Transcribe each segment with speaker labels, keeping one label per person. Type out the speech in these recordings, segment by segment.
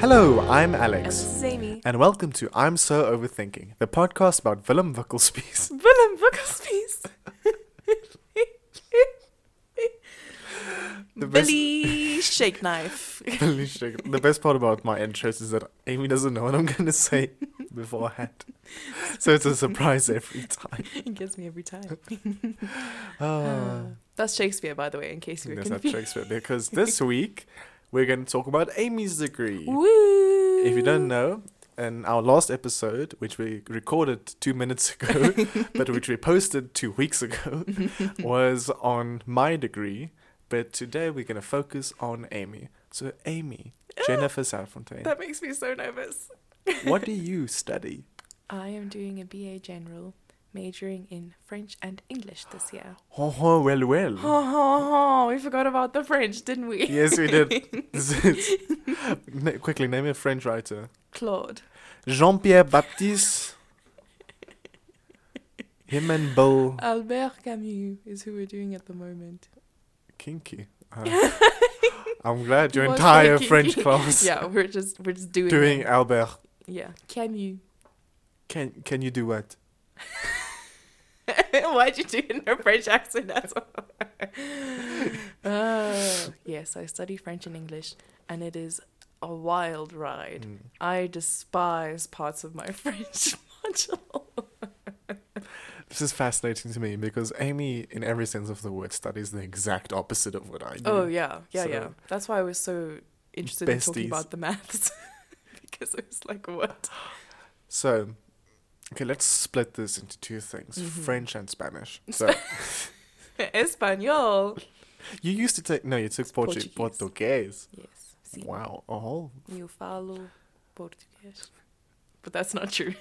Speaker 1: Hello, I'm Alex.
Speaker 2: This is Amy.
Speaker 1: And welcome to I'm So Overthinking, the podcast about Willem Wickelspies.
Speaker 2: Willem Wickelspies.
Speaker 1: The best-
Speaker 2: Billy Shake Knife.
Speaker 1: Holy shit. the best part about my intros is that Amy doesn't know what I'm going to say beforehand. So it's a surprise every time.
Speaker 2: it gets me every time.
Speaker 1: Ah.
Speaker 2: That's Shakespeare, by the way, in case you were
Speaker 1: That's not
Speaker 2: confused.
Speaker 1: Shakespeare because this week we're going to talk about Amy's degree.
Speaker 2: Woo!
Speaker 1: If you don't know, in our last episode, which we recorded two minutes ago, but which we posted two weeks ago, was on my degree. But today we're going to focus on Amy. So, Amy, Jennifer Salfontaine,
Speaker 2: that makes me so nervous.
Speaker 1: what do you study?
Speaker 2: I am doing a BA General, majoring in French and English this year.
Speaker 1: Oh, oh, well, well.
Speaker 2: Oh, oh, oh, we forgot about the French, didn't we?
Speaker 1: Yes, we did. This is- Na- Quickly, name a French writer
Speaker 2: Claude.
Speaker 1: Jean Pierre Baptiste. Him and Bill.
Speaker 2: Albert Camus is who we're doing at the moment.
Speaker 1: Kinky. Uh, I'm glad your
Speaker 2: Was
Speaker 1: entire
Speaker 2: kinky.
Speaker 1: French class
Speaker 2: Yeah, we're just we're just doing
Speaker 1: doing
Speaker 2: it.
Speaker 1: Albert.
Speaker 2: Yeah, Camus.
Speaker 1: Can can you do what?
Speaker 2: Why'd you do it in a French accent? That's all. uh, yes, I study French and English, and it is a wild ride.
Speaker 1: Mm.
Speaker 2: I despise parts of my French module.
Speaker 1: This is fascinating to me because Amy, in every sense of the word, studies the exact opposite of what I do.
Speaker 2: Oh yeah, yeah, yeah.
Speaker 1: So-
Speaker 2: That's why I was so interested in talking
Speaker 1: Besties.
Speaker 2: about the maths because I was like, what?
Speaker 1: So, okay, let's split this into two things:
Speaker 2: Mhm.
Speaker 1: French and Spanish. So
Speaker 2: Espanol.
Speaker 1: you used to take no, you took
Speaker 2: It's
Speaker 1: Portu-
Speaker 2: Portuguese.
Speaker 1: Portuguese.
Speaker 2: Yes. See,
Speaker 1: Wow, Oh. a whole
Speaker 2: E eu falo português. But that's not true.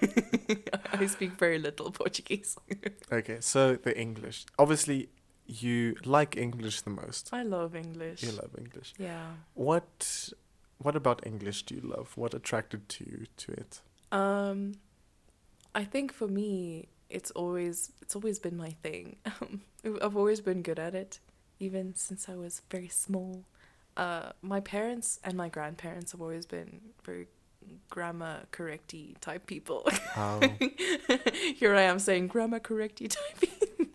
Speaker 2: I speak very little Portuguese.
Speaker 1: Okay, so the English. Obviously, you like English the most.
Speaker 2: I love English.
Speaker 1: You love English.
Speaker 2: Yeah.
Speaker 1: What what about English do you love? What attracted to you to it?
Speaker 2: Um I think for me it's always it's always been my thing. Um, I've always been good at it even since I was very small. Uh my parents and my grandparents have always been very grammar correcty type people.
Speaker 1: How
Speaker 2: Um, Here I am saying grammar correcty typing.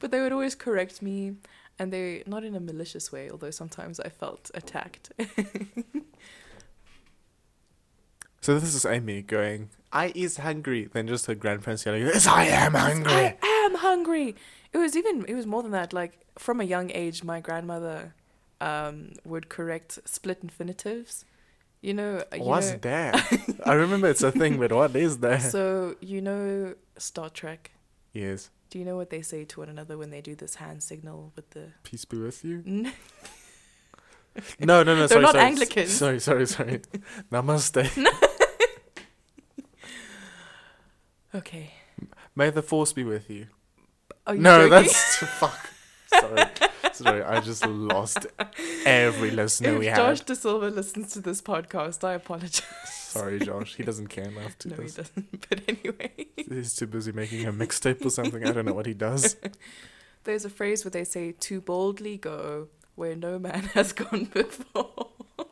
Speaker 2: but they would always correct me and they not in a malicious way, although sometimes I felt attacked.
Speaker 1: so this is Amy going, I is hungry. Then just her grandparents yelling, Yes, I am
Speaker 2: I
Speaker 1: hungry.
Speaker 2: am hungry. It was even it was more than that. Like from a young age, my grandmother um, would correct split infinitives. You know, uh, you
Speaker 1: What's
Speaker 2: know-
Speaker 1: that? I remember it's a thing, but what is that?
Speaker 2: so you know Star Trek.
Speaker 1: yes.
Speaker 2: Do you know what they say to one another when they do this hand signal with the?
Speaker 1: Peace be with you.
Speaker 2: N-
Speaker 1: No, no, no,
Speaker 2: They're
Speaker 1: sorry.
Speaker 2: not
Speaker 1: sorry,
Speaker 2: Anglicans.
Speaker 1: Sorry, sorry, sorry. Namaste.
Speaker 2: Okay.
Speaker 1: May the force be with you.
Speaker 2: Are you
Speaker 1: no,
Speaker 2: joking?
Speaker 1: that's fuck. Sorry. Sorry, I just lost every listener
Speaker 2: if
Speaker 1: we
Speaker 2: Josh
Speaker 1: had.
Speaker 2: De Silva listens to this podcast, I apologize.
Speaker 1: Sorry, Josh. He doesn't care enough to
Speaker 2: no, he
Speaker 1: this.
Speaker 2: doesn't. But anyway.
Speaker 1: He's too busy making a mixtape or something. I don't know what he does.
Speaker 2: There's a phrase where they say to boldly go where no man has gone before.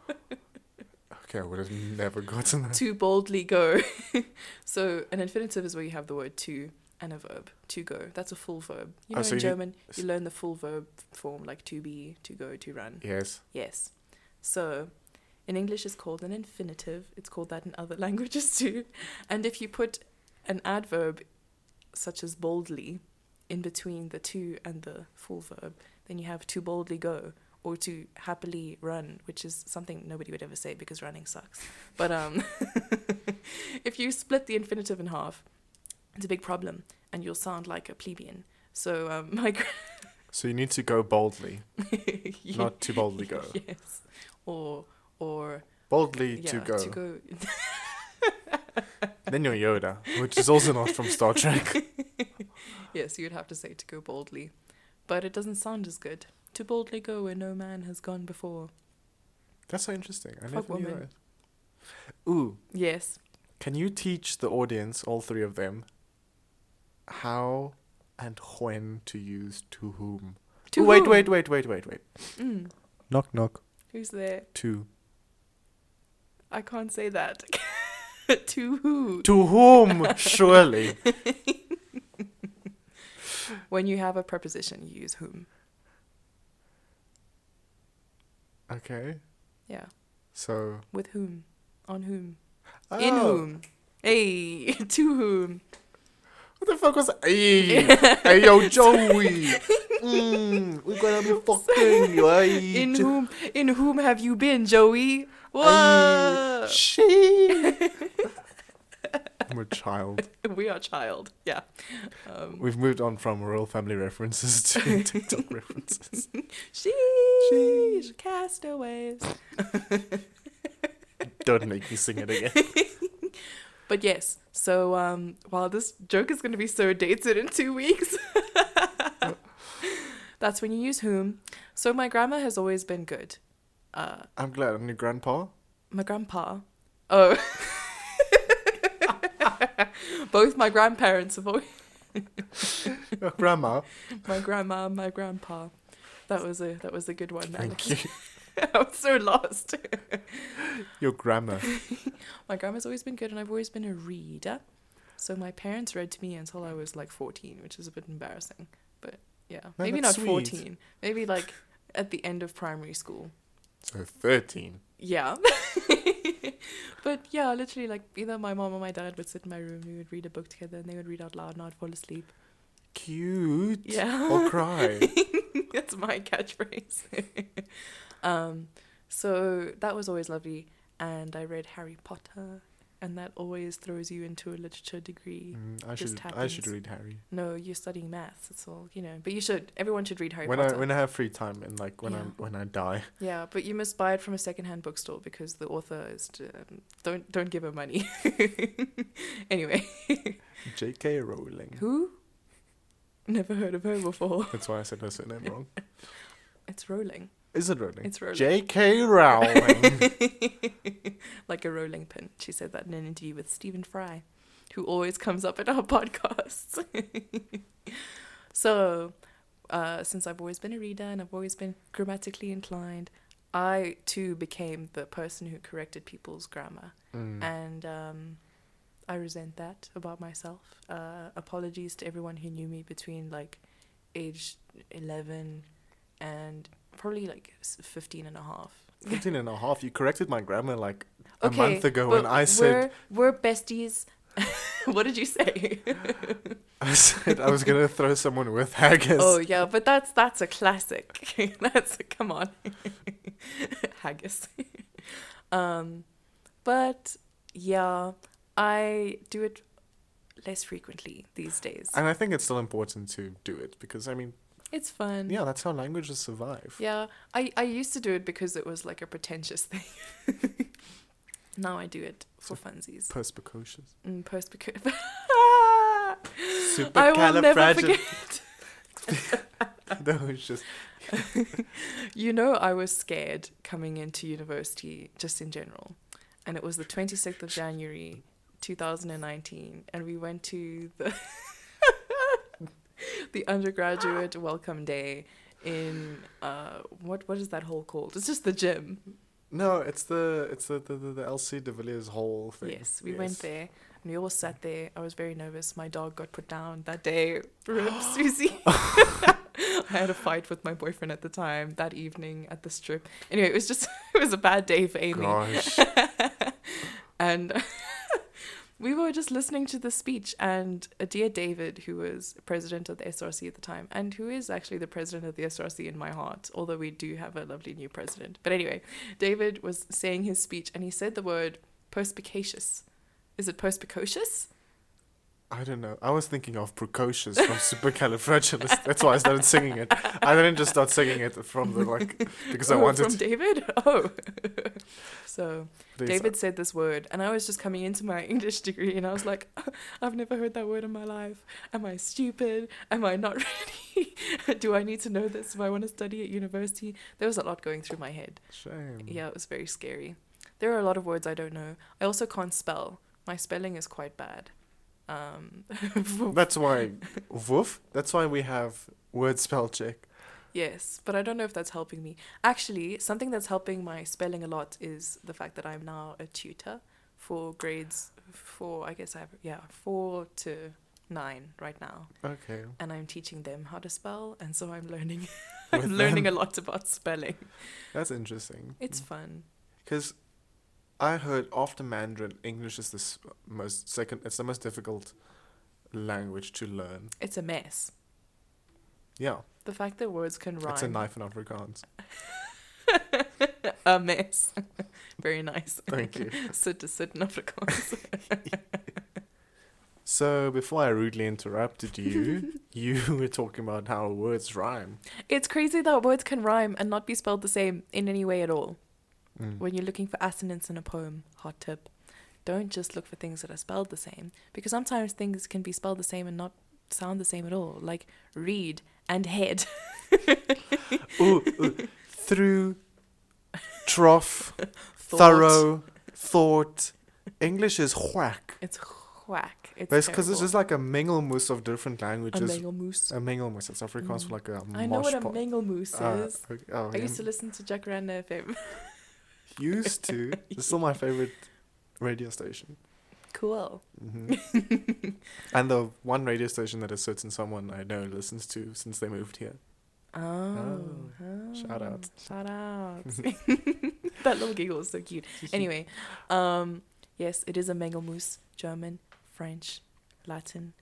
Speaker 1: Okay, I would have never gotten that.
Speaker 2: to boldly go. so an infinitive is where you have the word to and a verb. To go. That's a full verb. You
Speaker 1: Oh,
Speaker 2: know
Speaker 1: so
Speaker 2: in
Speaker 1: you-
Speaker 2: German you learn the full verb form like to be, to go, to run.
Speaker 1: Yes.
Speaker 2: Yes. So in English it's called an infinitive. It's called that in other languages too. And if you put an adverb such as boldly in between the to and the full verb, then you have to boldly go or to happily run, which is something nobody would ever say because running sucks. But um if you split the infinitive in half, it's a big problem and you'll sound like a plebeian. So um my gra-
Speaker 1: So you need to go boldly,
Speaker 2: you-
Speaker 1: not too boldly go.
Speaker 2: yes. Or or
Speaker 1: Boldly
Speaker 2: yeah,
Speaker 1: to go.
Speaker 2: to go.
Speaker 1: Then you're Yoda, which is also not from Star Trek.
Speaker 2: yes, you'd have to say to go boldly. But it doesn't sound as good. To boldly go where no man has gone before.
Speaker 1: That's so interesting. I
Speaker 2: Fuck
Speaker 1: never knew
Speaker 2: woman.
Speaker 1: that. Ooh,
Speaker 2: Yes.
Speaker 1: can you teach the audience, all three of them, how and when to use to whom?
Speaker 2: To
Speaker 1: Ooh, wait,
Speaker 2: whom?
Speaker 1: wait, wait, wait, wait, wait.
Speaker 2: Mm.
Speaker 1: Knock, knock.
Speaker 2: Who's there?
Speaker 1: To
Speaker 2: I can't say that. to who?
Speaker 1: To whom, surely?
Speaker 2: When you have a preposition, you use whom.
Speaker 1: Okay,
Speaker 2: Yeah.
Speaker 1: so.
Speaker 2: With whom? On whom?
Speaker 1: Oh,
Speaker 2: In whom? Hey, to whom?
Speaker 1: What the fuck was. Hey, hey yo, Joey! mm, we're gonna be fucking you, hey,
Speaker 2: In
Speaker 1: Jo-
Speaker 2: whom? In whom have you been, Joey?
Speaker 1: hey,
Speaker 2: Whoa!
Speaker 1: She! I'm a child.
Speaker 2: we are child. Yeah. Um,
Speaker 1: We've moved on from royal family references to TikTok references.
Speaker 2: sheesh, castaways.
Speaker 1: Don't make me sing it again.
Speaker 2: But yes, so um, while this joke is going to be so dated in two weeks, that's when you use whom. So my grandma has always been good. Uh,
Speaker 1: I'm glad. I'm your grandpa.
Speaker 2: my grandpa. Oh. Both my grandparents have always.
Speaker 1: Your grandma.
Speaker 2: My grandma, and my grandpa. That was a that was a good one.
Speaker 1: Thank
Speaker 2: Alex.
Speaker 1: you.
Speaker 2: I was so lost.
Speaker 1: Your grammar.
Speaker 2: My grandma's always been good, and I've always been a reader. So my parents read to me until I was like 14, which is a bit embarrassing. But yeah, maybe not
Speaker 1: that's sweet.
Speaker 2: 14. Maybe like at the end of primary school.
Speaker 1: So 13.
Speaker 2: Yeah. but yeah, literally, like either my mom or my dad would sit in my room, we would read a book together, and they would read out loud, and I'd fall asleep.
Speaker 1: Cute.
Speaker 2: Yeah.
Speaker 1: Or cry.
Speaker 2: That's my catchphrase. um, so that was always lovely. And I read Harry Potter, and that always throws you into a literature degree.
Speaker 1: Mm, I
Speaker 2: Just
Speaker 1: should. I should
Speaker 2: happens.
Speaker 1: read Harry.
Speaker 2: No, you're studying maths. It's all you know. But you should. Everyone should read Harry
Speaker 1: when
Speaker 2: Potter.
Speaker 1: I when I have free time and like when
Speaker 2: Yeah.
Speaker 1: I when I die.
Speaker 2: yeah, but you must buy it from a secondhand bookstore because the author is um, don't don't give her money. anyway,
Speaker 1: J.K. Rowling.
Speaker 2: who? Never heard of her before.
Speaker 1: That's why I said her surname wrong.
Speaker 2: It's rolling.
Speaker 1: Is it Rowling?
Speaker 2: It's Rowling.
Speaker 1: J.K. Rowling.
Speaker 2: like a rolling pin. She said that in an interview with Stephen Fry, who always comes up in our podcasts. so, uh, since I've always been a reader and I've always been grammatically inclined, I too became the person who corrected people's grammar.
Speaker 1: Mm.
Speaker 2: And um, I resent that about myself. Uh, apologies to everyone who knew me between like age 11 and probably like s- 15 and a half.
Speaker 1: 15 and a half. You corrected my grammar like a month ago when
Speaker 2: but
Speaker 1: I said
Speaker 2: we're, we're besties. what did you say?
Speaker 1: I said I was gonna throw someone with haggis.
Speaker 2: oh yeah, but that's that's a classic. that's a, come on, haggis. um, but yeah, I do it less frequently these days.
Speaker 1: And I think it's still important to do it because I mean,
Speaker 2: it's fun.
Speaker 1: yeah, that's how languages survive.
Speaker 2: Yeah, I, I used to do it because it was like a pretentious thing. now I do it for funsies.
Speaker 1: Perspicacious.
Speaker 2: Mm, perspicuous. I will never forget.
Speaker 1: that was just
Speaker 2: You know, I was scared coming into university just in general. And it was the 26th of January 2019. And we went to the, the undergraduate welcome day in uh, what what is that hall called? It's just the gym.
Speaker 1: no. It's the it's the the, the, the LC De Villiers whole thing.
Speaker 2: Yes, we went there and we all sat there. I was very nervous. My dog got put down that day. Rip, Susie. I had a fight with my boyfriend at the time that evening at the strip. Anyway, it was just it was a bad day for Amy.
Speaker 1: Gosh,
Speaker 2: and we were just listening to the speech and a dear David, who was president of the SRC at the time, and who is actually the president of the SRC in my heart, although we do have a lovely new president. But anyway, David was saying his speech and he said the word perspicacious. Is it perspicacious?
Speaker 1: I don't know. I was thinking of precocious from supercalifragilistic. That's why I started singing it. I didn't just start singing it from the like because I
Speaker 2: Oh,
Speaker 1: wanted.
Speaker 2: from David. Oh, so
Speaker 1: to,
Speaker 2: David said this word, and I was just coming into my English degree, and I was like, I've never heard that word in my life. Am I stupid? Am I not ready? Do I need to know this if I want to study at university? There was a lot going through my head.
Speaker 1: Shame.
Speaker 2: Yeah, it was very scary. There are a lot of words I don't know. I also can't spell. My spelling is quite bad. Um,
Speaker 1: That's why woof. That's why we have word spell check.
Speaker 2: Yes, but I don't know if that's helping me. Actually, something that's helping my spelling a lot is the fact that I'm now a tutor for grades four, I guess I have, yeah, four to nine right now.
Speaker 1: Okay.
Speaker 2: And I'm teaching them how to spell, and so I'm learning.
Speaker 1: With
Speaker 2: I'm learning
Speaker 1: them.
Speaker 2: a lot about spelling.
Speaker 1: That's interesting.
Speaker 2: It's fun.
Speaker 1: Because I heard after Mandarin, English is the s- most second. It's the most difficult language to learn.
Speaker 2: It's a mess.
Speaker 1: Yeah,
Speaker 2: The fact that words can rhyme.
Speaker 1: it's a knife in Afrikaans.
Speaker 2: a mess. Very nice.
Speaker 1: Thank you.
Speaker 2: sit to sit in Afrikaans.
Speaker 1: So before I rudely interrupted you, you were talking about how words rhyme.
Speaker 2: it's crazy that words can rhyme and not be spelled the same in any way at all.
Speaker 1: Mm.
Speaker 2: When you're looking for assonance in a poem, hot tip, don't just look for things that are spelled the same because sometimes things can be spelled the same and not sound the same at all, like read and head.
Speaker 1: ooh, ooh, through, trough,
Speaker 2: Thought.
Speaker 1: thorough, thought. English is whack.
Speaker 2: It's whack. It's
Speaker 1: That's because it's
Speaker 2: terrible.
Speaker 1: just like a minglemoose of different languages.
Speaker 2: a mengelmoose.
Speaker 1: A minglemoose. It's Afrikaans for like a
Speaker 2: I know what
Speaker 1: mosh
Speaker 2: a
Speaker 1: pot.
Speaker 2: mengelmoose
Speaker 1: Uh,
Speaker 2: is.
Speaker 1: okay, oh,
Speaker 2: I
Speaker 1: yeah.
Speaker 2: used to listen to Jack Rand FM.
Speaker 1: used to. It's still my favorite radio station.
Speaker 2: cool.
Speaker 1: hmm and the one radio station that a certain someone I know listens to since they moved here.
Speaker 2: Oh,
Speaker 1: shout out.
Speaker 2: oh, Shout out. that little giggle is so cute. Anyway, um, yes, it is a Mengelmoose, German, French, Latin,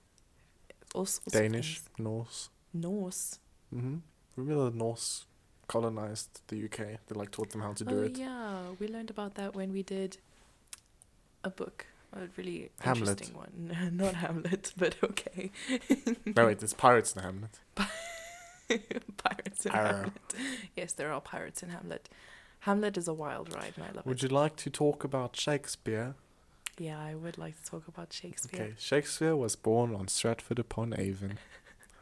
Speaker 2: all sorts of
Speaker 1: Danish,
Speaker 2: things.
Speaker 1: Norse.
Speaker 2: Norse.
Speaker 1: hmm Remember the Norse colonized the UK? They like taught them how to do
Speaker 2: oh,
Speaker 1: it.
Speaker 2: yeah. We learned about that when we did a book. A really
Speaker 1: Hamlet.
Speaker 2: interesting one. Not Hamlet, but okay.
Speaker 1: No, wait, it's pirates in Hamlet.
Speaker 2: pirates in
Speaker 1: Arr.
Speaker 2: Hamlet. Yes, there are pirates in Hamlet. Hamlet is a wild ride, and I love
Speaker 1: Would
Speaker 2: it.
Speaker 1: you like to talk about Shakespeare?
Speaker 2: Yeah, I would like to talk about Shakespeare.
Speaker 1: Okay, Shakespeare was born on Stratford upon Avon.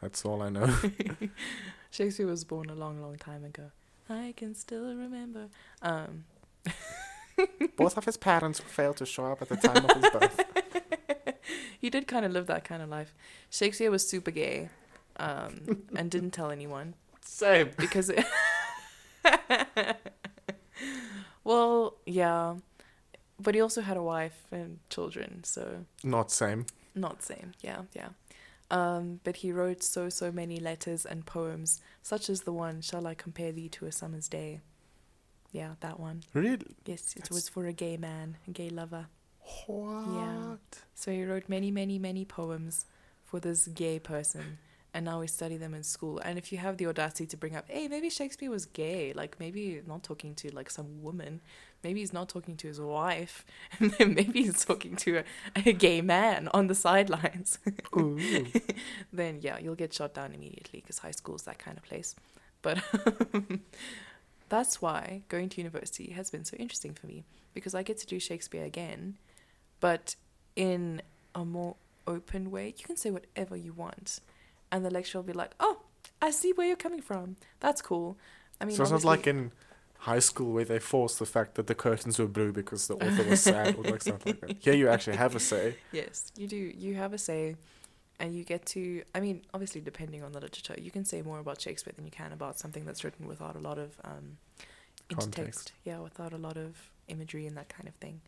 Speaker 1: That's all I know.
Speaker 2: Shakespeare was born a long, long time ago. I can still remember. Um,
Speaker 1: Both of his parents failed to show up at the time of his birth.
Speaker 2: he did kind of live that kind of life. Shakespeare was super gay um, and didn't tell anyone
Speaker 1: Same.
Speaker 2: because. It well, yeah. But he also had a wife and children, so
Speaker 1: Not same.
Speaker 2: not same. Yeah, yeah. Um, but he wrote so, so many letters and poems, such as the one, Shall I Compare Thee to a Summer's Day? Yeah, that one.
Speaker 1: Really?
Speaker 2: Yes, it
Speaker 1: That's-
Speaker 2: was for a gay man, a gay lover.
Speaker 1: What?
Speaker 2: So he wrote many, many, many poems for this gay person, and now we study them in school. And if you have the audacity to bring up, hey, maybe Shakespeare was gay, like maybe he's not talking to like some woman, maybe he's not talking to his wife, and then maybe he's talking to a, a gay man on the sidelines,
Speaker 1: Ooh.
Speaker 2: then yeah, you'll get shot down immediately because high school's that kind of place. But that's why going to university has been so interesting for me because I get to do Shakespeare again, but in a more open way. You can say whatever you want, and the lecturer will be like, "Oh, I see where you're coming from. That's cool." I mean,
Speaker 1: so it's not
Speaker 2: obviously-
Speaker 1: like in high school where they force the fact that the curtains were blue because the author was sad or like something like that. Here you actually have a say.
Speaker 2: Yes, you do. You have a say, and you get to. I mean, obviously, depending on the literature, you can say more about Shakespeare than you can about something that's written without a lot of um, intertext.
Speaker 1: Context.
Speaker 2: Yeah, without a lot of imagery and that kind of thing.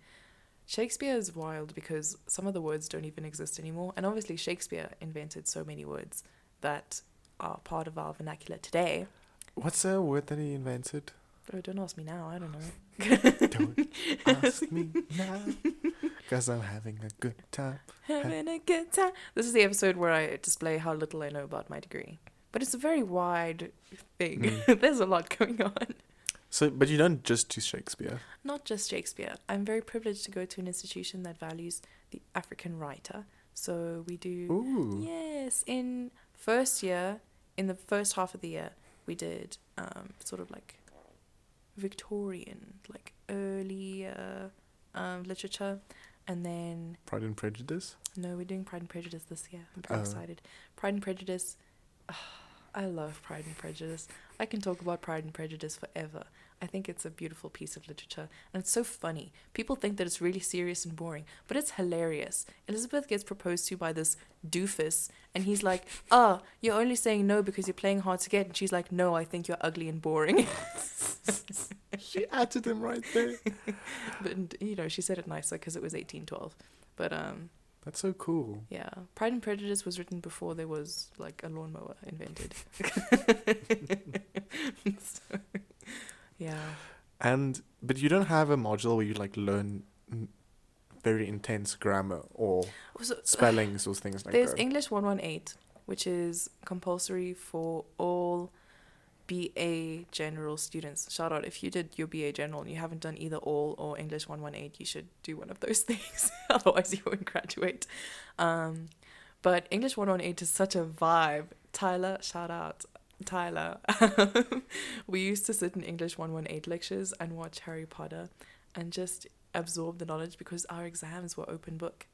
Speaker 2: Shakespeare is wild because some of the words don't even exist anymore, and obviously, Shakespeare invented so many words that are part of our vernacular today.
Speaker 1: What's a word that he invented?
Speaker 2: Oh, don't ask me now. I don't know.
Speaker 1: Don't ask me now. Because I'm having a good time.
Speaker 2: Having a good time. This is the episode where I display how little I know about my degree. But it's a very wide thing. There's a lot going on.
Speaker 1: So, but you don't just do Shakespeare.
Speaker 2: Not just Shakespeare. I'm very privileged to go to an institution that values the African writer. So we do.
Speaker 1: Ooh.
Speaker 2: Yes, in first year, in the first half of the year, we did um, sort of like Victorian, like early uh, um, literature. And then
Speaker 1: Pride and Prejudice.
Speaker 2: No, we're doing Pride and Prejudice this year. I'm very
Speaker 1: Oh.
Speaker 2: excited. Pride and Prejudice. I love Pride and Prejudice. I can talk about Pride and Prejudice forever. I think it's a beautiful piece of literature and it's so funny. People think that it's really serious and boring, but it's hilarious. Elizabeth gets proposed to by this doofus and he's like, "Ah, you're only saying no because you're playing hard to get." And she's like, "No, I think you're ugly and boring."
Speaker 1: She added him right there.
Speaker 2: but you know, she said it nicer because it was 1812. But um
Speaker 1: That's so cool.
Speaker 2: yeah, Pride and Prejudice was written before there was like a lawnmower invented. So, yeah.
Speaker 1: And but you don't have a module where you like learn mm, very intense grammar or
Speaker 2: Also,
Speaker 1: spellings or things like
Speaker 2: There's
Speaker 1: that.
Speaker 2: English 118, which is compulsory for all BA general students. Shout out if you did your BA general and you haven't done either all or English 118, you should do one of those things. Otherwise, you won't graduate. Um, but English 118 is such a vibe. Tyler, shout out. Tyler. we used to sit in English 118 lectures and watch Harry Potter and just absorb the knowledge because our exams were open book.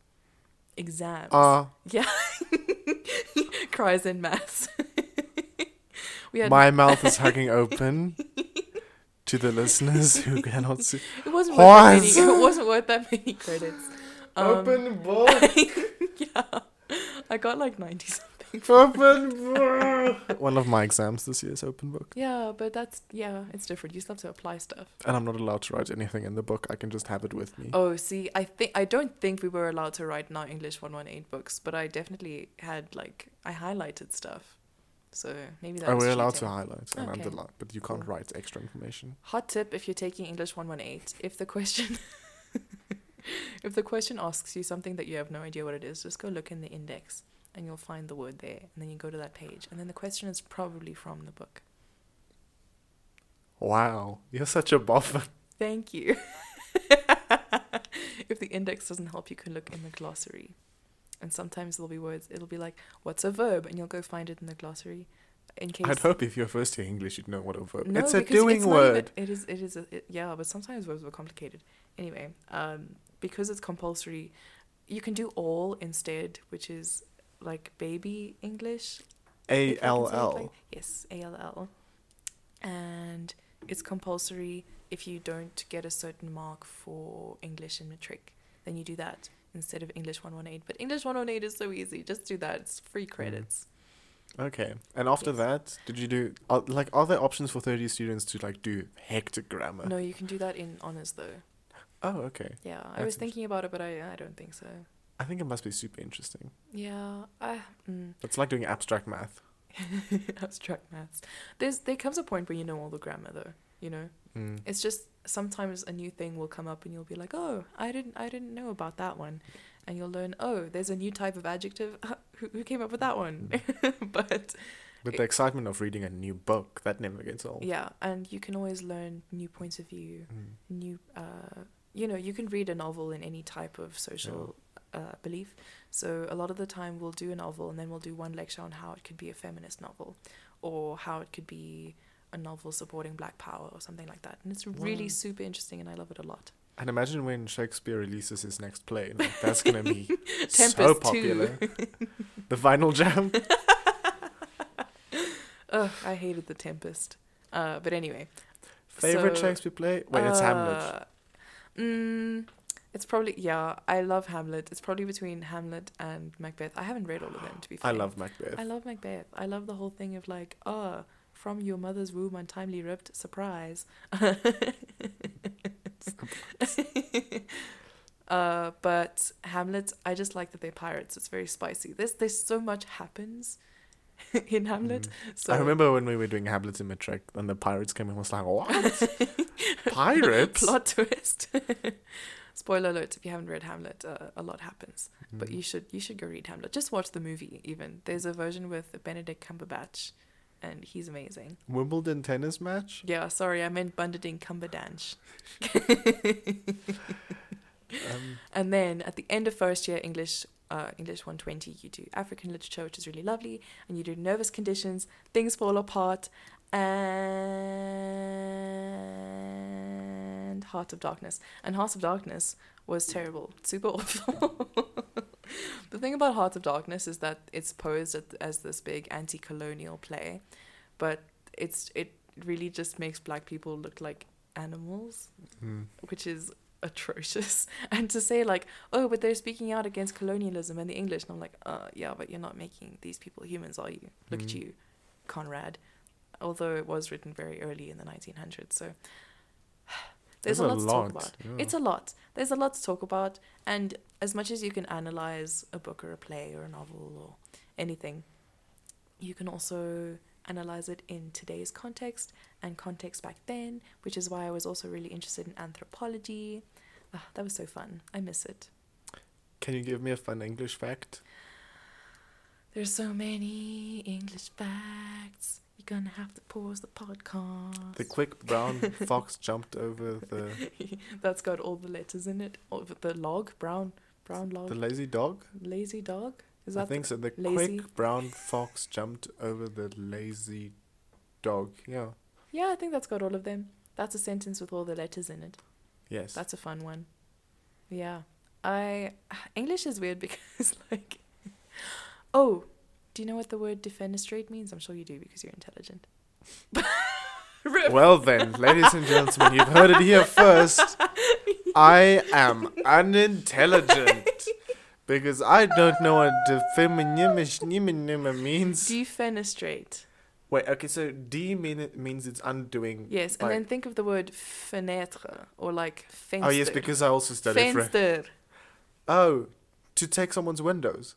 Speaker 2: Exams
Speaker 1: Ah,
Speaker 2: cries in mass. we had
Speaker 1: my mouth is hugging open to the listeners who cannot see.
Speaker 2: it wasn't worth that many,
Speaker 1: Pause.
Speaker 2: it wasn't worth that many credits. Um,
Speaker 1: book.
Speaker 2: yeah, I got like ninety something.
Speaker 1: Open book. One of my exams this year is open book,
Speaker 2: Yeah, but that's yeah, it's different. You still have to apply stuff.
Speaker 1: and I'm not allowed to write anything in the book. I can just have it with me.
Speaker 2: Oh, see, I think I don't think we were allowed to write now English one one eight books, but I definitely had like I highlighted stuff. So maybe that.
Speaker 1: Oh,
Speaker 2: was
Speaker 1: we're allowed to
Speaker 2: cheating.
Speaker 1: highlight and
Speaker 2: Okay.
Speaker 1: underline, but you can't
Speaker 2: Cool.
Speaker 1: write extra information.
Speaker 2: Hot tip if you're taking English 118, if the question if the question asks you something that you have no idea what it is, just go look in the index and you'll find the word there and then you go to that page and then the question is probably from the book.
Speaker 1: Wow, you're such a buffer.
Speaker 2: Thank you. if the index doesn't help, you can look in the glossary. And sometimes there'll be words it'll be like what's a verb and you'll go find it in the glossary in case
Speaker 1: I'd hope if you're first year English, you'd know what a verb.
Speaker 2: No,
Speaker 1: it's a
Speaker 2: because
Speaker 1: doing
Speaker 2: it's not even-
Speaker 1: word.
Speaker 2: it is. It is. A, it, yeah, but sometimes words were complicated. Anyway, um, because it's compulsory, you can do all instead, which is like baby English.
Speaker 1: A
Speaker 2: if I can
Speaker 1: L
Speaker 2: say it like-
Speaker 1: L.
Speaker 2: Yes, A L L. And it's compulsory if you don't get a certain mark for English and metric, then you do that instead of English one one eight. But English one one eight is so easy. Just do that. It's free
Speaker 1: Mm,
Speaker 2: credits.
Speaker 1: Okay. And after
Speaker 2: Yes.
Speaker 1: that, did you do are, like are there options for thirty students to like do hectic grammar?
Speaker 2: No, you can do that in honors though.
Speaker 1: Oh, okay.
Speaker 2: Yeah, I
Speaker 1: That's
Speaker 2: was thinking about it, but I I don't think so.
Speaker 1: I think it must be super interesting.
Speaker 2: Yeah, I mm,
Speaker 1: It's like doing abstract math.
Speaker 2: abstract maths. There's there comes a point where you know all the grammar though. You know,
Speaker 1: Mm.
Speaker 2: it's just sometimes a new thing will come up and you'll be like, oh, I didn't I didn't know about that one, and you'll learn oh, there's a new type of adjective. who, who came up with that one? but
Speaker 1: But the excitement of reading a new book that never gets old.
Speaker 2: yeah, and you can always learn new points of view,
Speaker 1: Mm.
Speaker 2: new uh, you know you can read a novel in any type of social uh, belief so a lot of the time we'll do a novel and then we'll do one lecture on how it could be a feminist novel or how it could be a novel supporting black power or something like that and it's really
Speaker 1: Wow.
Speaker 2: super interesting and i love it a lot
Speaker 1: And imagine when Shakespeare releases his next play. Like, that's gonna be so
Speaker 2: Tempest
Speaker 1: popular. the vinyl jam.
Speaker 2: Ugh, i hated the tempest uh, but anyway
Speaker 1: Favorite
Speaker 2: So,
Speaker 1: Shakespeare play? Wait, it's Hamlet.
Speaker 2: Uh, Mm, it's probably yeah. I love Hamlet. It's probably between Hamlet and Macbeth. I haven't read all of them to be fair.
Speaker 1: I love Macbeth.
Speaker 2: I love Macbeth. I love the whole thing of like, ah, from your mother's womb untimely ripped, surprise. uh, but Hamlet, I just like that they're pirates. It's very spicy. There's there's so much happens in Hamlet.
Speaker 1: Mm.
Speaker 2: So
Speaker 1: I remember when we were doing Hamlet in Matric and the pirates came in and was like, What? pirates?
Speaker 2: plot twist. Spoiler alert: If you haven't read Hamlet, uh, a lot happens. But
Speaker 1: Mm.
Speaker 2: you should you should go read Hamlet. Just watch the movie. Even there's a version with Benedict Cumberbatch, and he's amazing.
Speaker 1: Wimbledon tennis match?
Speaker 2: Yeah, sorry, I meant Bundading Cumberdanch.
Speaker 1: Um,
Speaker 2: And then at the end of first year English, uh, English 120, you do African literature, which is really lovely, and you do nervous conditions, things fall apart, and Heart of Darkness. And Heart of Darkness was terrible, super awful. the thing about Heart of Darkness is that it's posed at- as this big anti-colonial play, but it's it really just makes black people look like animals,
Speaker 1: Mm.
Speaker 2: which is atrocious. And to say like, oh, but they're speaking out against colonialism and the English, and I'm like, uh, yeah, but you're not making these people humans, are you? Look at
Speaker 1: Mm.
Speaker 2: you, Conrad. Although it was written very early in the 1900s, so there's a lot, to talk about.
Speaker 1: yeah.
Speaker 2: It's a lot. There's a lot to talk about, and as much as you can analyze a book or a play or a novel or anything, you can also analyze it in today's context and context back then, which is why I was also really interested in anthropology. Ah, that was so fun. I miss it.
Speaker 1: Can you give me a fun English fact?
Speaker 2: There's so many English facts. You're gonna have to pause the podcast.
Speaker 1: The quick brown fox jumped over the
Speaker 2: That's got all the letters in it. All the log, brown, brown log,
Speaker 1: the lazy dog.
Speaker 2: lazy dog. Is
Speaker 1: I
Speaker 2: that
Speaker 1: think so. The
Speaker 2: lazy?
Speaker 1: quick brown fox jumped over the lazy dog. Yeah.
Speaker 2: Yeah, I think that's got all of them. That's a sentence with all the letters in it.
Speaker 1: Yes.
Speaker 2: That's a fun one. Yeah. I English is weird because like Oh, do you know what the word defenestrate means? I'm sure you do because you're intelligent. Rip.
Speaker 1: well then, ladies and gentlemen, you've heard it here first. I am unintelligent because I don't know what defeminism means.
Speaker 2: defenestrate.
Speaker 1: Wait, okay, so D mean, means it's undoing.
Speaker 2: Yes, and
Speaker 1: Like-
Speaker 2: then think of the word fenêtre or like fenster.
Speaker 1: Oh yes, because I also studied French.
Speaker 2: fenster.
Speaker 1: Oh, to take someone's windows.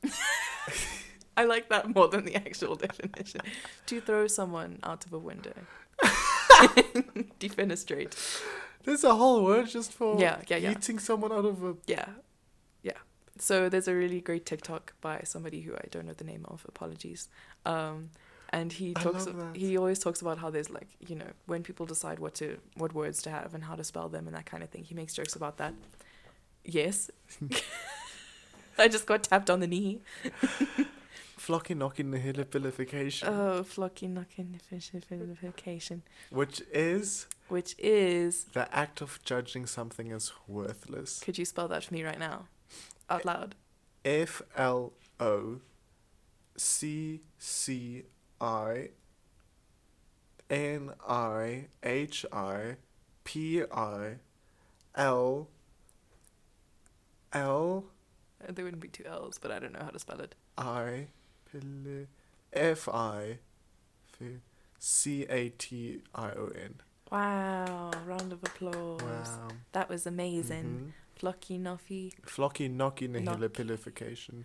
Speaker 2: I like that more than the actual definition. to throw someone out of a window. defenestrate.
Speaker 1: There's a whole word just for
Speaker 2: Yeah, yeah, yeah.
Speaker 1: eating someone out of a.
Speaker 2: yeah yeah so there's a really great tiktok by somebody who i don't know the name of apologies um and he
Speaker 1: I
Speaker 2: talks
Speaker 1: love that.
Speaker 2: he always talks about how there's like you know when people decide what to what words to have and how to spell them and that kind of thing he makes jokes about that yes i just got tapped on the knee
Speaker 1: Flocky knocking the hillification,
Speaker 2: oh flocky knocking fish
Speaker 1: which is
Speaker 2: which is
Speaker 1: the act of judging something as worthless.
Speaker 2: could you spell that for me right now out loud
Speaker 1: F L O C C I N I H I P I L L
Speaker 2: Uh, there wouldn't be two l's but i don't know how to spell it
Speaker 1: I Pili- F I F- C A T I O N.
Speaker 2: wow round of applause
Speaker 1: Wow.
Speaker 2: That was
Speaker 1: Mhm.
Speaker 2: amazing. Flocky Nuffy.
Speaker 1: Mm-hmm. Flocky knocky
Speaker 2: Knock.
Speaker 1: nihila pillification.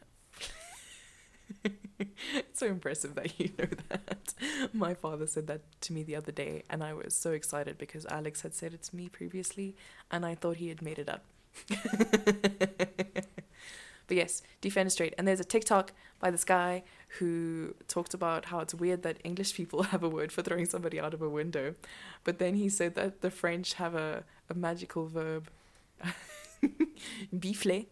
Speaker 2: It's so impressive that you know that. My father said that to me the other day, and I was so excited because Alex had said it to me previously, and I thought he had made it up. but yes, defenestrate. And there's a TikTok by this guy who talked about how it's weird that English people have a word for throwing somebody out of a window, but then he said that the French have a, a magical verb, bifler,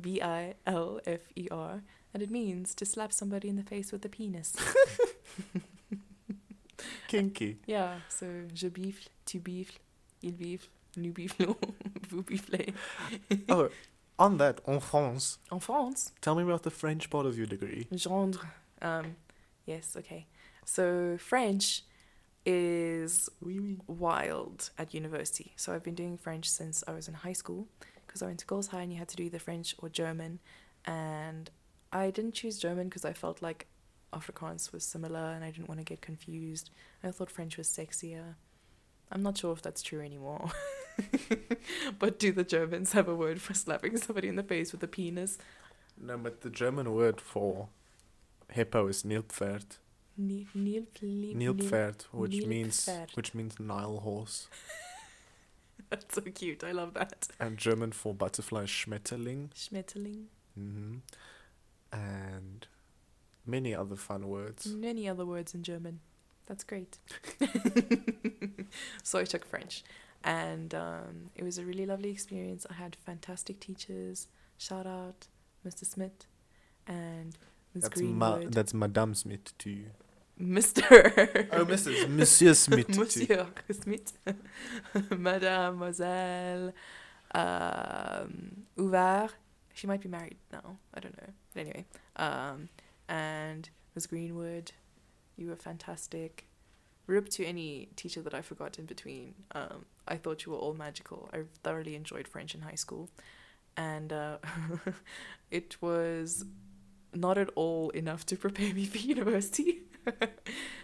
Speaker 2: B I L F E R, and it means to slap somebody in the face with a penis.
Speaker 1: Kinky.
Speaker 2: yeah, so je bifle, tu bifle, il bifle, nous biflons, vous biflez.
Speaker 1: oh, on that, en France,
Speaker 2: En France,
Speaker 1: tell me about the French part of your degree.
Speaker 2: gendre. Um, yes, okay. So French is
Speaker 1: Oui, oui.
Speaker 2: wild at university. So I've been doing French since I was in high school because I went to girls' high and you had to do either French or German. And I didn't choose German because I felt like Afrikaans was similar and I didn't want to get confused. I thought French was sexier. I'm not sure if that's true anymore. but do the Germans have a word for slapping somebody in the face with a penis?
Speaker 1: No, but the German word for hippo is Nilpferd.
Speaker 2: Nil, nil, nil,
Speaker 1: Nilpferd, which means
Speaker 2: Nilpferd.
Speaker 1: which means Nile horse,
Speaker 2: That's so cute. I love that.
Speaker 1: and German for butterfly is Schmetterling,
Speaker 2: Schmetterling.
Speaker 1: hmm and many other fun words.
Speaker 2: Many other words in German. That's great. so I took French, and um, it was a really lovely experience. I had fantastic teachers. Shout out, Mr. Smith, and Ms.
Speaker 1: That's ma-
Speaker 2: Greenwood.
Speaker 1: that's Madame Smith to you.
Speaker 2: Mr.
Speaker 1: Oh, Mrs. Monsieur Smith to you.
Speaker 2: Monsieur Smith, Mademoiselle um, Ouvert. She might be married now. I don't know. But anyway, um, and Ms. Greenwood, you were fantastic. Rip to any teacher that I forgot in between. Um, I thought you were all magical. I thoroughly enjoyed French in high school. And uh, it was not at all enough to prepare me for university.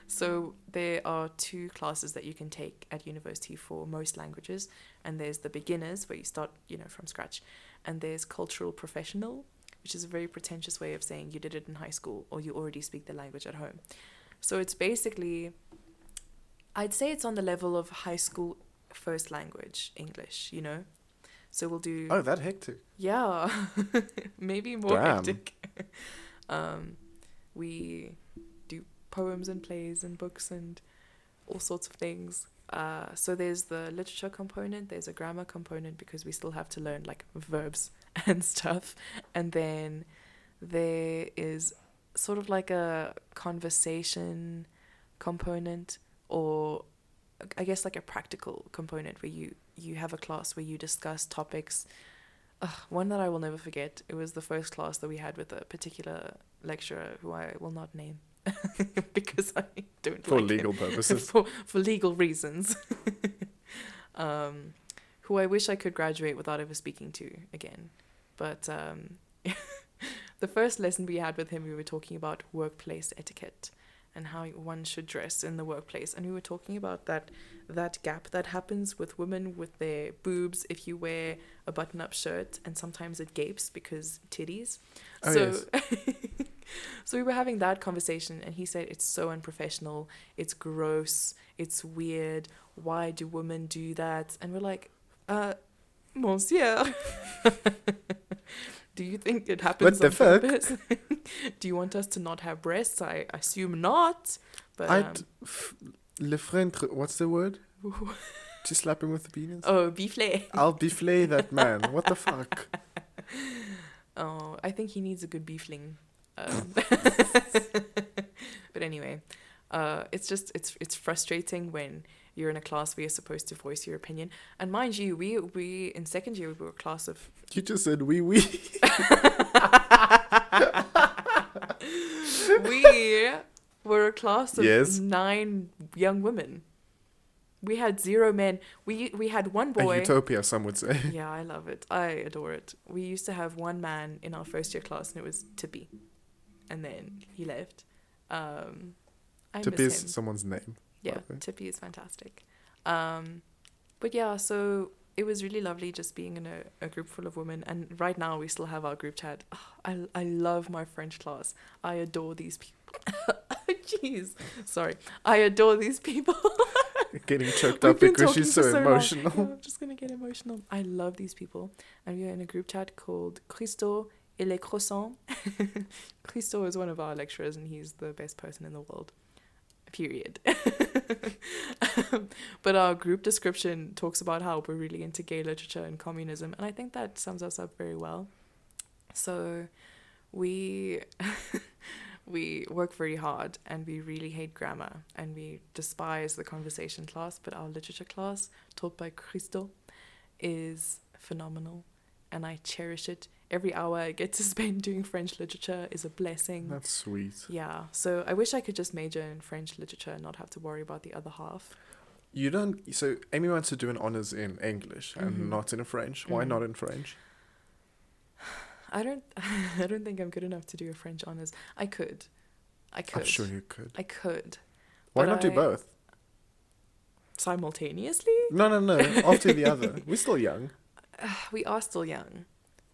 Speaker 2: so there are two classes that you can take at university for most languages. And there's the beginners, where you start, you know, from scratch. And there's cultural professional, which is a very pretentious way of saying you did it in high school or you already speak the language at home. So it's basically, I'd say it's on the level of high school first language English, you know? So we'll do.
Speaker 1: Oh, that hectic.
Speaker 2: Yeah, maybe more
Speaker 1: Damn.
Speaker 2: hectic. Um, we do poems and plays and books and all sorts of things. Uh, so there's the literature component, there's a grammar component because we still have to learn like verbs and stuff, and then there is sort of like a conversation component or I guess like a practical component where you you have a class where you discuss topics Ugh, one that I will never forget. It was the first class that we had with a particular lecturer who I will not name because I don't
Speaker 1: For
Speaker 2: like him.
Speaker 1: legal purposes.
Speaker 2: for for legal reasons. um, who I wish I could graduate without ever speaking to again. But um, the first lesson we had with him, we were talking about workplace etiquette and how one should dress in the workplace, and we were talking about that that gap that happens with women with their boobs if you wear a button-up shirt, and sometimes it gapes because titties
Speaker 1: Oh,
Speaker 2: so, so we were having that conversation, and he said it's so unprofessional, it's gross, it's weird. Why do women do that? And we're like, uh, Monsieur, do you think it happens
Speaker 1: the
Speaker 2: on
Speaker 1: fuck?
Speaker 2: purpose? do you want us to not have breasts? I assume not. But
Speaker 1: I'd
Speaker 2: um,
Speaker 1: f- le frentre. What's the word? to slap him with the penis.
Speaker 2: oh, biflet.
Speaker 1: I'll biflay that man. What the fuck?
Speaker 2: Oh, I think he needs a good beefling. Um, but anyway, uh, it's just it's it's frustrating when you're in a class where you're supposed to voice your opinion. And mind you, we we in second year we were a class of
Speaker 1: You just said wee wee.
Speaker 2: we were a class of
Speaker 1: Yes.
Speaker 2: nine young women. We had zero men. We we had one boy.
Speaker 1: A utopia, some would say.
Speaker 2: Yeah, I love it. I adore it. We used to have one man in our first year class, and it was Tippy, and then he left. Um, I
Speaker 1: To
Speaker 2: miss
Speaker 1: piss
Speaker 2: him.
Speaker 1: someone's name.
Speaker 2: yeah,
Speaker 1: okay.
Speaker 2: Tippy is fantastic. Um, but yeah, so it was really lovely just being in a, a group full of women, and right now we still have our group chat. Ah, I I love my French class. I adore these people. Jeez, sorry. I adore these people.
Speaker 1: Getting choked
Speaker 2: We've
Speaker 1: up
Speaker 2: been
Speaker 1: because
Speaker 2: talking
Speaker 1: she's
Speaker 2: for
Speaker 1: so,
Speaker 2: so long.
Speaker 1: emotional.
Speaker 2: Yeah, I'm just gonna get emotional. I love these people, and we are in a group chat called Christo et les croissants. Christo is one of our lecturers, and he's the best person in the world. Period. but our group description talks about how we're really into gay literature and communism, and I think that sums us up very well. So, we we work very hard and we really hate grammar and we despise the conversation class, but our literature class taught by Christo is phenomenal and I cherish it. Every hour I get to spend doing French literature is a blessing.
Speaker 1: That's sweet.
Speaker 2: Yeah, so I wish I could just major in French literature and not have to worry about the other half.
Speaker 1: You don't. So Amy wants to do an honors in English
Speaker 2: Mhm.
Speaker 1: and not in French. Why
Speaker 2: Mhm.
Speaker 1: not in French?
Speaker 2: I don't I don't think I'm good enough to do a French honors. I could. I could.
Speaker 1: I'm sure you could.
Speaker 2: I could.
Speaker 1: Why
Speaker 2: But
Speaker 1: not do
Speaker 2: I-
Speaker 1: both?
Speaker 2: Simultaneously?
Speaker 1: No, no, no. After the other. We're still young.
Speaker 2: we are still young,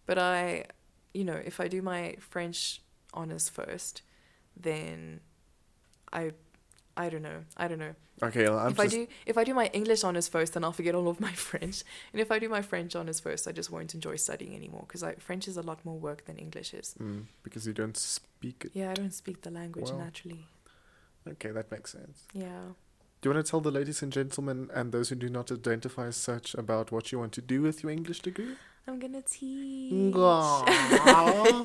Speaker 2: but I, you know, if I do my French honors first, then I, I don't know, I don't know.
Speaker 1: Okay, well, I'm
Speaker 2: if
Speaker 1: just.
Speaker 2: I do, if I do my English honors first, then I'll forget all of my French, and if I do my French honors first, I just won't enjoy studying anymore because I French is a lot more work than English is.
Speaker 1: Mm, because you don't speak it.
Speaker 2: Yeah, I don't speak the language
Speaker 1: Well.
Speaker 2: naturally.
Speaker 1: Okay, that makes sense.
Speaker 2: Yeah.
Speaker 1: Do you want to tell the ladies and gentlemen and those who do not identify as such about what you want to do with your English degree?
Speaker 2: I'm gonna teach.
Speaker 1: Aw.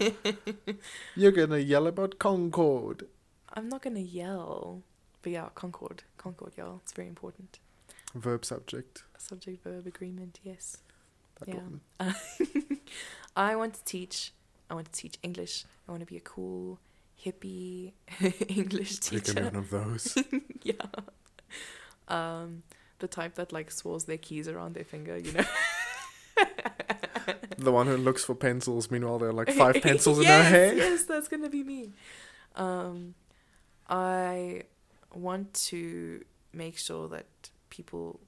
Speaker 1: You're gonna yell about Concord.
Speaker 2: I'm not gonna yell, but yeah, Concord, Concord, y'all. It's very important.
Speaker 1: Verb subject.
Speaker 2: Subject verb agreement. Yes.
Speaker 1: That
Speaker 2: Yeah.
Speaker 1: one.
Speaker 2: I want to teach. I want to teach English. I want to be a cool hippie English
Speaker 1: Taken
Speaker 2: teacher.
Speaker 1: one of those.
Speaker 2: yeah. Um, The type that like swirls their keys around their finger, you know.
Speaker 1: The one who looks for pencils, meanwhile there are like five pencils
Speaker 2: yes,
Speaker 1: in her hair.
Speaker 2: Yes, that's gonna be me. Um, I want to make sure that people,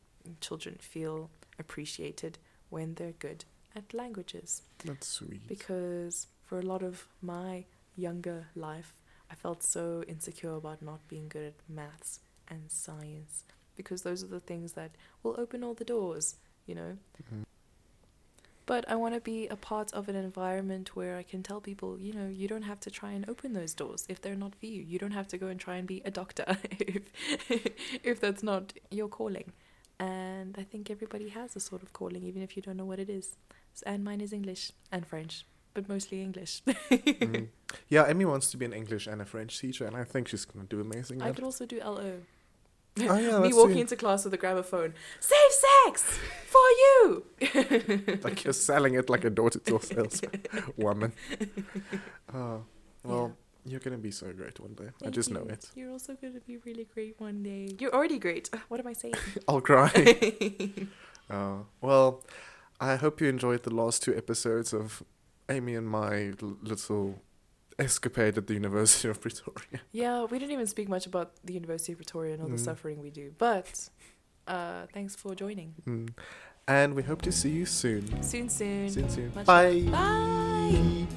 Speaker 2: children, feel appreciated when they're good at languages,
Speaker 1: That's sweet.
Speaker 2: because for a lot of my younger life, I felt so insecure about not being good at maths and science, because those are the things that will open all the doors, you know
Speaker 1: Mhm.
Speaker 2: but I want to be a part of an environment where I can tell people, you know, you don't have to try and open those doors if they're not for you. You don't have to go and try and be a doctor if if that's not your calling. And I think everybody has a sort of calling, even if you don't know what it is. S- And mine is English and French, but mostly English.
Speaker 1: Mm. Yeah, Emmy wants to be an English and a French teacher, and I think she's gonna do amazing.
Speaker 2: I
Speaker 1: at
Speaker 2: could
Speaker 1: it.
Speaker 2: also do LO.
Speaker 1: Oh, yeah,
Speaker 2: Me
Speaker 1: that's
Speaker 2: walking
Speaker 1: sweet.
Speaker 2: into class with a gramophone. Safe sex for you.
Speaker 1: like you're selling it like a door-to-door saleswoman. Oh, well, you're gonna be so great one day. I
Speaker 2: Thank
Speaker 1: just know
Speaker 2: you.
Speaker 1: it.
Speaker 2: You're also going to be really great one day. You're already great. What am I saying?
Speaker 1: I'll cry. Oh, well, I hope you enjoyed the last two episodes of Amy and my l- little escapade at the University of Pretoria.
Speaker 2: yeah, we didn't even speak much about the University of Pretoria and all the
Speaker 1: Mm.
Speaker 2: suffering we do, but uh, thanks for joining.
Speaker 1: Mm. And we hope to see you soon.
Speaker 2: Soon, soon.
Speaker 1: See you soon.
Speaker 2: Much-
Speaker 1: Bye.
Speaker 2: Bye.